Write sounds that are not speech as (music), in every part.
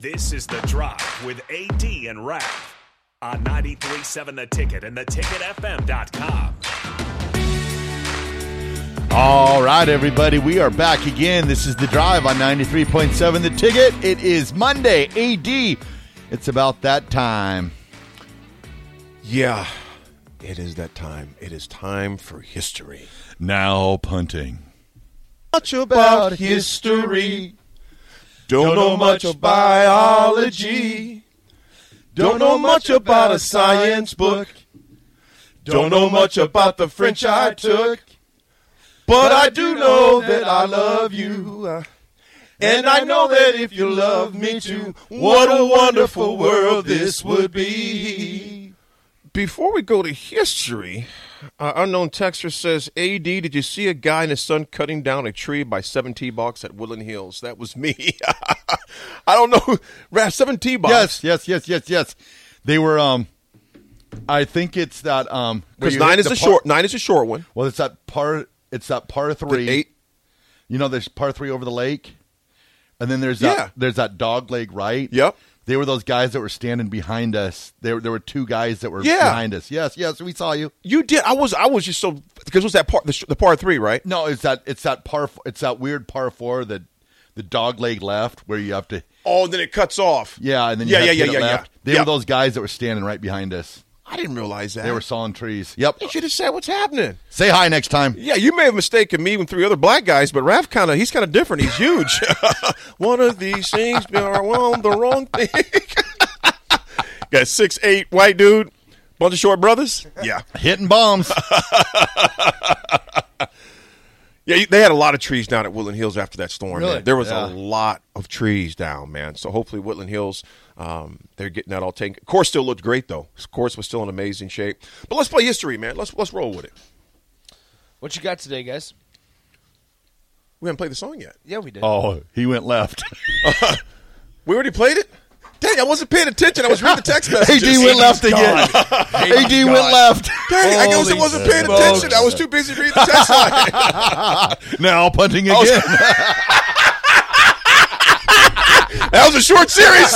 This is The Drive with AD and Raf on 937 The Ticket and theticketfm.com. All right, everybody, we are back again. This is The Drive on 93.7 The Ticket. It is Monday, AD. It's about that time. Yeah, it is that time. It is time for history. Now punting. Much about history. Don't know much biology. Don't know much about a science book. Don't know much about the French I took. But I do know that I love you. Uh, And I know that if you love me too, what a wonderful world this would be. Before we go to history, our unknown texter says, AD, did you see a guy in his son cutting down a tree by seven T box at Woodland Hills? That was me. (laughs) I don't know. Raph, seven T box. Yes, yes, yes, yes, yes. They were, um, I think it's that, um, where Because you nine hit is the a par- short nine is a short one. Well, it's that par, it's that par The three. eight You know, there's par three over the lake, and then there's that, Yeah. there's that dog leg right. Yep. They were those guys that were standing behind us. There, there were two guys that were Yeah. behind us. Yes, yes, we saw you. You did. I was. I was just so because it was that part the, sh- the part three, right? No, it's that it's that par f- it's that weird par four that the dog leg left where you have to Oh, then it cuts off. yeah, and then you yeah, have yeah, to yeah, hit yeah, it left. yeah. They Yeah. were those guys that were standing right behind us. I didn't realize that. They were sawing trees. Yep. You should have said what's happening. Say hi next (laughs) time. Yeah, you may have mistaken me with three other black guys, but Raph kind of he's kind of different. He's huge. (laughs) One of these things be around the wrong thing. (laughs) Got six eight white dude, bunch of short brothers. Yeah, Hitting (laughs) bombs. yeah. you- They had a lot of trees down at Woodland Hills after that storm. Really? man. There was Yeah. a lot of trees down, man. So hopefully Woodland Hills, um, they're getting that all taken. Course still looked great though. Course was still in amazing shape. But let's play history, man. Let's let's roll with it. What you got today, guys? We haven't played the song yet. Yeah, we did. oh, he went (laughs) left. We already played it. Dang, I wasn't paying attention. I was reading the text AD messages. went left again. (laughs) God. AD went left. Oh, Dang, I guess I Holy wasn't paying smokes. attention. I was too busy reading the text line. now punting (laughs) again. (laughs) That was a short series.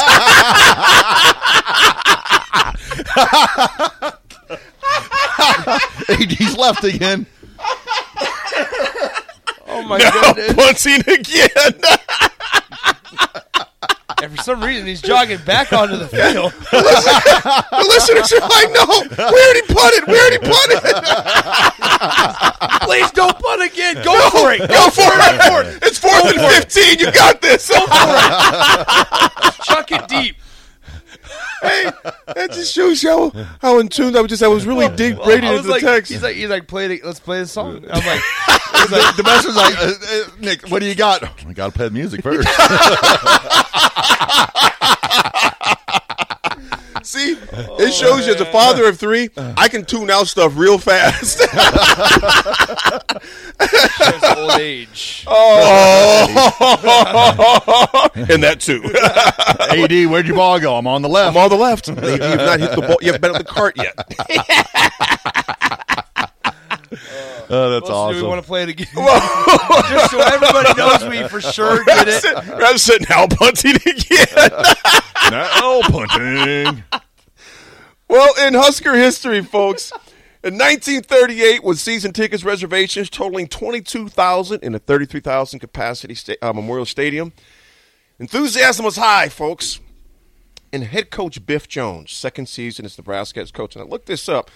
AD's left again. Oh my (laughs) I'm punting again. And for some reason, he's jogging back onto (laughs) the field. The listeners are like, no, we already punted. We already punted. Please don't punt again. Go for it. Go for it. Go for it. It's fourth and 15. You got this. Chuck it deep. hey, that just shows you how, how in tune I was just, I was really deep reading I into was the like, text. he's like, he's like, play the, let's play the song. (laughs) I'm like, the, the master's like, uh, uh, Nick, what do you got? I got to Oh, play the (laughs) music first. See, it shows you as a father of three, I can tune out stuff real (laughs) fast. there's old age. and that too. AD, where'd your ball go? I'm on the left. I'm on the left. You've not hit the ball. You haven't been on the cart yet. (laughs) Oh, that's So Do we want awesome. to play it again? (laughs) Just so everybody knows we (laughs) for sure did it. I'm sitting out punting again. (laughs) Now (laughs) punting. Well, in Husker history, folks, in 1938 was season tickets reservations totaling 22,000 in a 33,000 capacity sta- uh, Memorial Stadium. Enthusiasm was high, folks. And head coach Biff Jones, second season as Nebraska head coach. And I looked this up.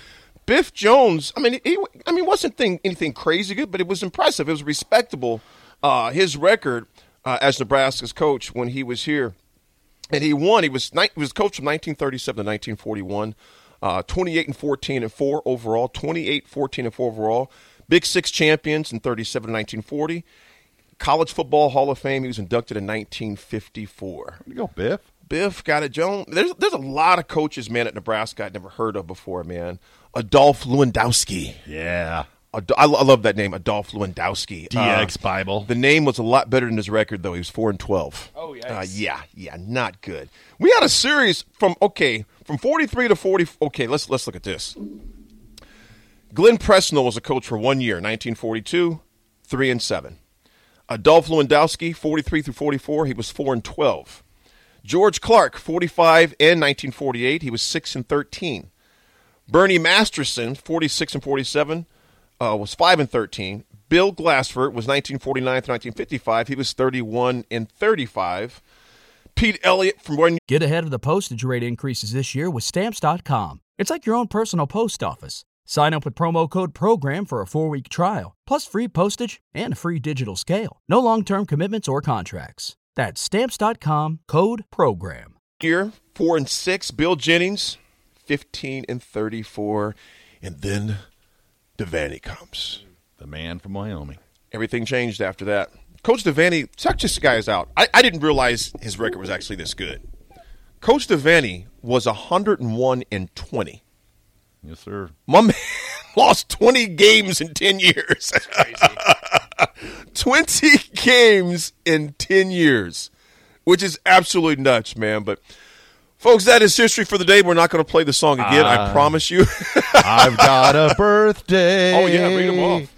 Biff Jones, I mean, he, I mean, wasn't thing, anything crazy good, but it was impressive. It was respectable. Uh, his record uh, as Nebraska's coach when he was here, and he won. He was ni- he was coach from 1937 to 1941. Uh, 28 and 14 and 4 overall 28 14 and 4 overall big six champions in 37 to 1940 college football hall of fame he was inducted in 1954 You go, Biff. Biff got it, Jones. There's there's a lot of coaches, man, at Nebraska I'd never heard of before, man. Adolph Lewandowski. Yeah. Ad- I, lo- I love that name, Adolph Lewandowski. Uh, DX Bible. the name was a lot better than his record, though. He was four and twelve. Oh, yikes. Uh, yeah, yeah, not good. We had a series from okay from forty three to forty. Okay, let's let's look at this. Glenn Presnell was a coach for one year, nineteen forty two, three and seven. Adolph Lewandowski, forty three through forty four, he was four and twelve. George Clark, forty five and nineteen forty eight, he was six and thirteen. Bernie Masterson, 46 and 47, uh, was 5 and 13. Bill Glassford was 1949 to 1955. He was 31 and 35. Pete Elliott from one Get ahead of the postage rate increases this year with stamps.com. It's like your own personal post office. Sign up with promo code PROGRAM for a four week trial, plus free postage and a free digital scale. No long term commitments or contracts. That's stamps.com code PROGRAM. year, 4 and 6. Bill Jennings, 15 and 34. And then Devaney comes. the man from Wyoming. Everything changed after that. Coach Devaney, check this guy's out. I, I didn't realize his record was actually this good. Coach Devaney was 101 and 20. Yes, sir. My man (laughs) lost 20 games in 10 years. (laughs) 20 games in 10 years, which is absolutely nuts, man. But, folks, that is history for the day. We're not going to play the song again, Ah. I (laughs) promise you. I've got a birthday. Oh, yeah, read 'em off.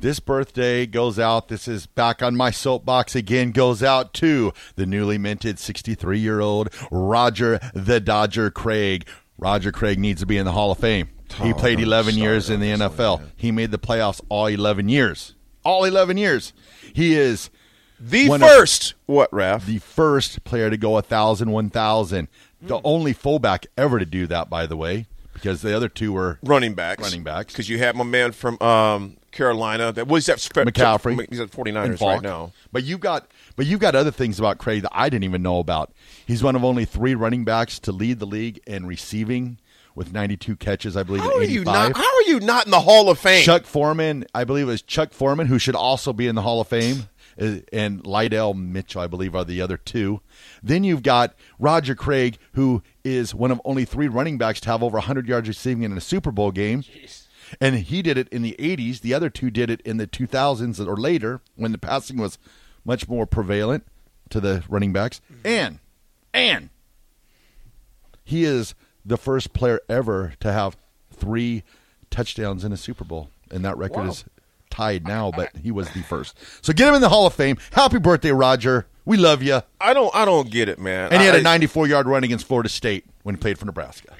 This birthday goes out. This is back on my soapbox again. Goes out to the newly minted 63 year old Roger the Dodger Craig. Roger Craig needs to be in the Hall of Fame. He Oh, played 11 years in the NFL. He made the playoffs all 11 years. All 11 years. He is (laughs) the One of- first. what, Raph? the first player to go 1,000, 1,000. Mm. The only fullback ever to do that, by the way, because the other two were running backs. Running backs. Because you had my man from um, Carolina. That was that McCaffrey. He's at and 49ers Falk. right now. But you've got but you've got other things about Craig that I didn't even know about. He's one of only three running backs to lead the league in receiving with 92 catches, I believe, How in are you 85. not? How are you not in the Hall of Fame? Chuck Foreman, I believe it was Chuck Foreman, who should also be in the Hall of Fame, uh, and Lydell Mitchell, I believe, are the other two. Then you've got Roger Craig, who is one of only three running backs to have over 100 yards receiving in a Super Bowl game. And he did it in the 80s. The other two did it in the 2000s or later when the passing was much more prevalent to the running backs. And, and he is the first player ever to have three touchdowns in a Super Bowl, and that record is tied now. But he was the first, so get him in the Hall of Fame. Happy birthday, Roger! We love you. I don't. I don't get it, man. And he had I- a 94 yard run against Florida State when he played for Nebraska.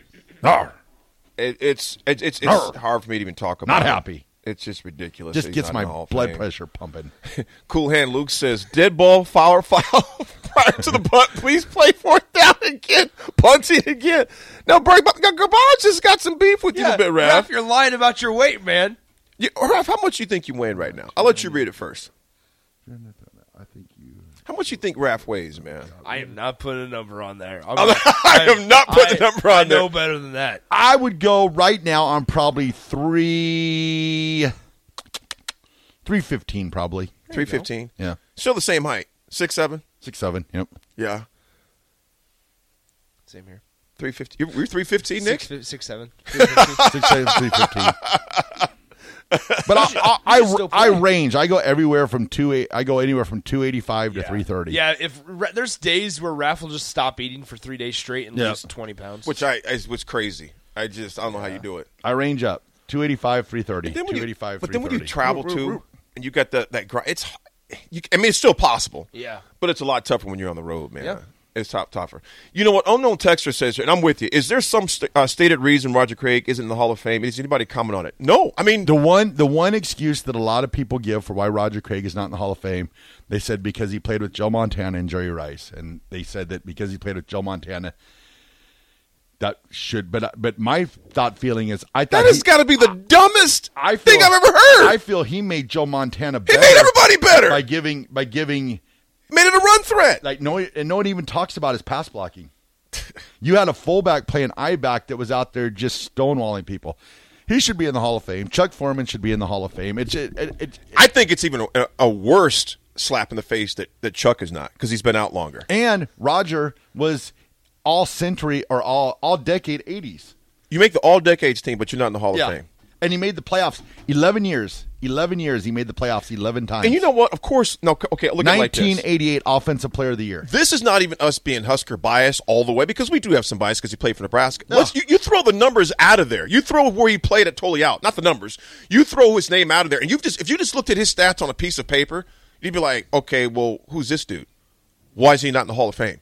it, it's it's it's, Arr. it's hard for me to even talk about. Not it. happy. It's just ridiculous. Just that he's gets not my in the Hall of blood Fame. pressure pumping. Cool hand Luke says, dead ball, foul, (laughs) or foul prior to the punt. Please play fourth down again. Punting again. Now, Break Garbage has got some beef with you a bit, Raph. Raph, you're lying about your weight, man. You, Raph, how much you think you weighing right now? I'll let you read it first. How much you think Raph weighs, man? I am not putting a number on there. (laughs) I'm I am not putting a number on I there. know better than that. I would go right now on probably three, three fifteen, probably. 315. Yeah, Still the same height. Six seven. six seven. Yep. Yeah. Same here. 315. You're, you're 315, Nick? Six, fi- (laughs) six, seven. Six seven three fifteen. But I, I, should still I, I play. range. I go everywhere from two. eight- I go anywhere from two eighty five to Yeah. three thirty. Yeah, if Ra- there's days where Raph will just stop eating for three days straight and Yeah. lose 20 pounds. Which I, I was crazy. I just, I don't know how you do it. I range up two eighty five, three thirty. Then when Two you- eighty five. But then when you travel to and you got the that grind, it's you, I mean it's still possible. Yeah. But it's a lot tougher when you're on the road, man. Yeah. It's top tougher. You know what? Unknown texter says, and I'm with you. Is there some st- uh, stated reason Roger Craig isn't in the Hall of Fame? Is anybody comment on it? No. I mean, the one, the one excuse that a lot of people give for why Roger Craig is not in the Hall of Fame, they said because he played with Joe Montana and Jerry Rice, and they said that because he played with Joe Montana, that should. But but my thought feeling is I thought that has he- got to be the dumbest I feel, thing I've ever heard. I feel he made Joe Montana he better. made everybody better. by giving by giving made it a run threat. like no and no one even talks about his pass blocking. you had a fullback playing I back that was out there just stonewalling people. He should be in the Hall of Fame. Chuck Foreman should be in the Hall of Fame. It's it, it, it, I think it's even a, a worse slap in the face that, that Chuck is not because he's been out longer. And Roger was all century or all all decade eighties. You make the All Decades team, but you're not in the Hall of Fame. And he made the playoffs eleven years. Eleven years he made the playoffs eleven times. And you know what? Of course, no. c- Okay, look at it like nineteen this. eighty eight offensive player of the year. This is not even us being Husker biased all the way because we do have some bias because he played for Nebraska. Let's, you, you throw the numbers out of there. You throw where he played at totally out, not the numbers. You throw his name out of there, and you've just if you just looked at his stats on a piece of paper, you'd be like, okay, well, who's this dude? Why is he not in the Hall of Fame?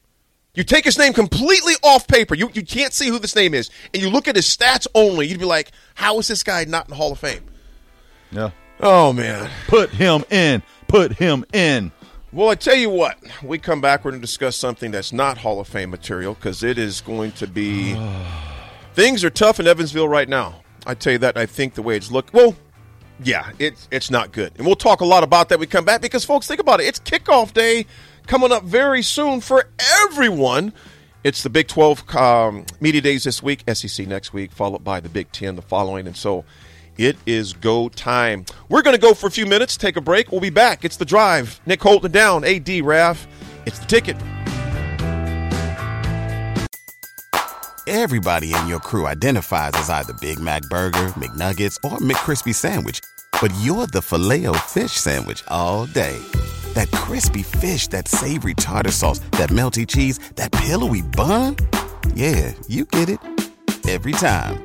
You take his name completely off paper. You you can't see who this name is, and you look at his stats only. You'd be like, how is this guy not in the Hall of Fame? Yeah. Oh man. Put him in. Put him in. Well, I tell you what, we come back, we're going to discuss something that's not Hall of Fame material because it is going to be. things are tough in Evansville right now. I tell you that. I think the way it's look, well, yeah, it's it's not good, and we'll talk a lot about that. when We come back because, folks, think about it. It's kickoff day coming up very soon for everyone. It's the Big Twelve um, media days this week, SEC next week, followed by the Big Ten the following, and so it is go time. We're going to go for a few minutes, take a break. We'll be back. It's the drive. Nick Holton down, AD Raff. It's the ticket. Everybody in your crew identifies as either Big Mac Burger, McNuggets, or McCrispy Sandwich. But you're the filet fish Sandwich all day. That crispy fish, that savory tartar sauce, that melty cheese, that pillowy bun. Yeah, you get it. Every time.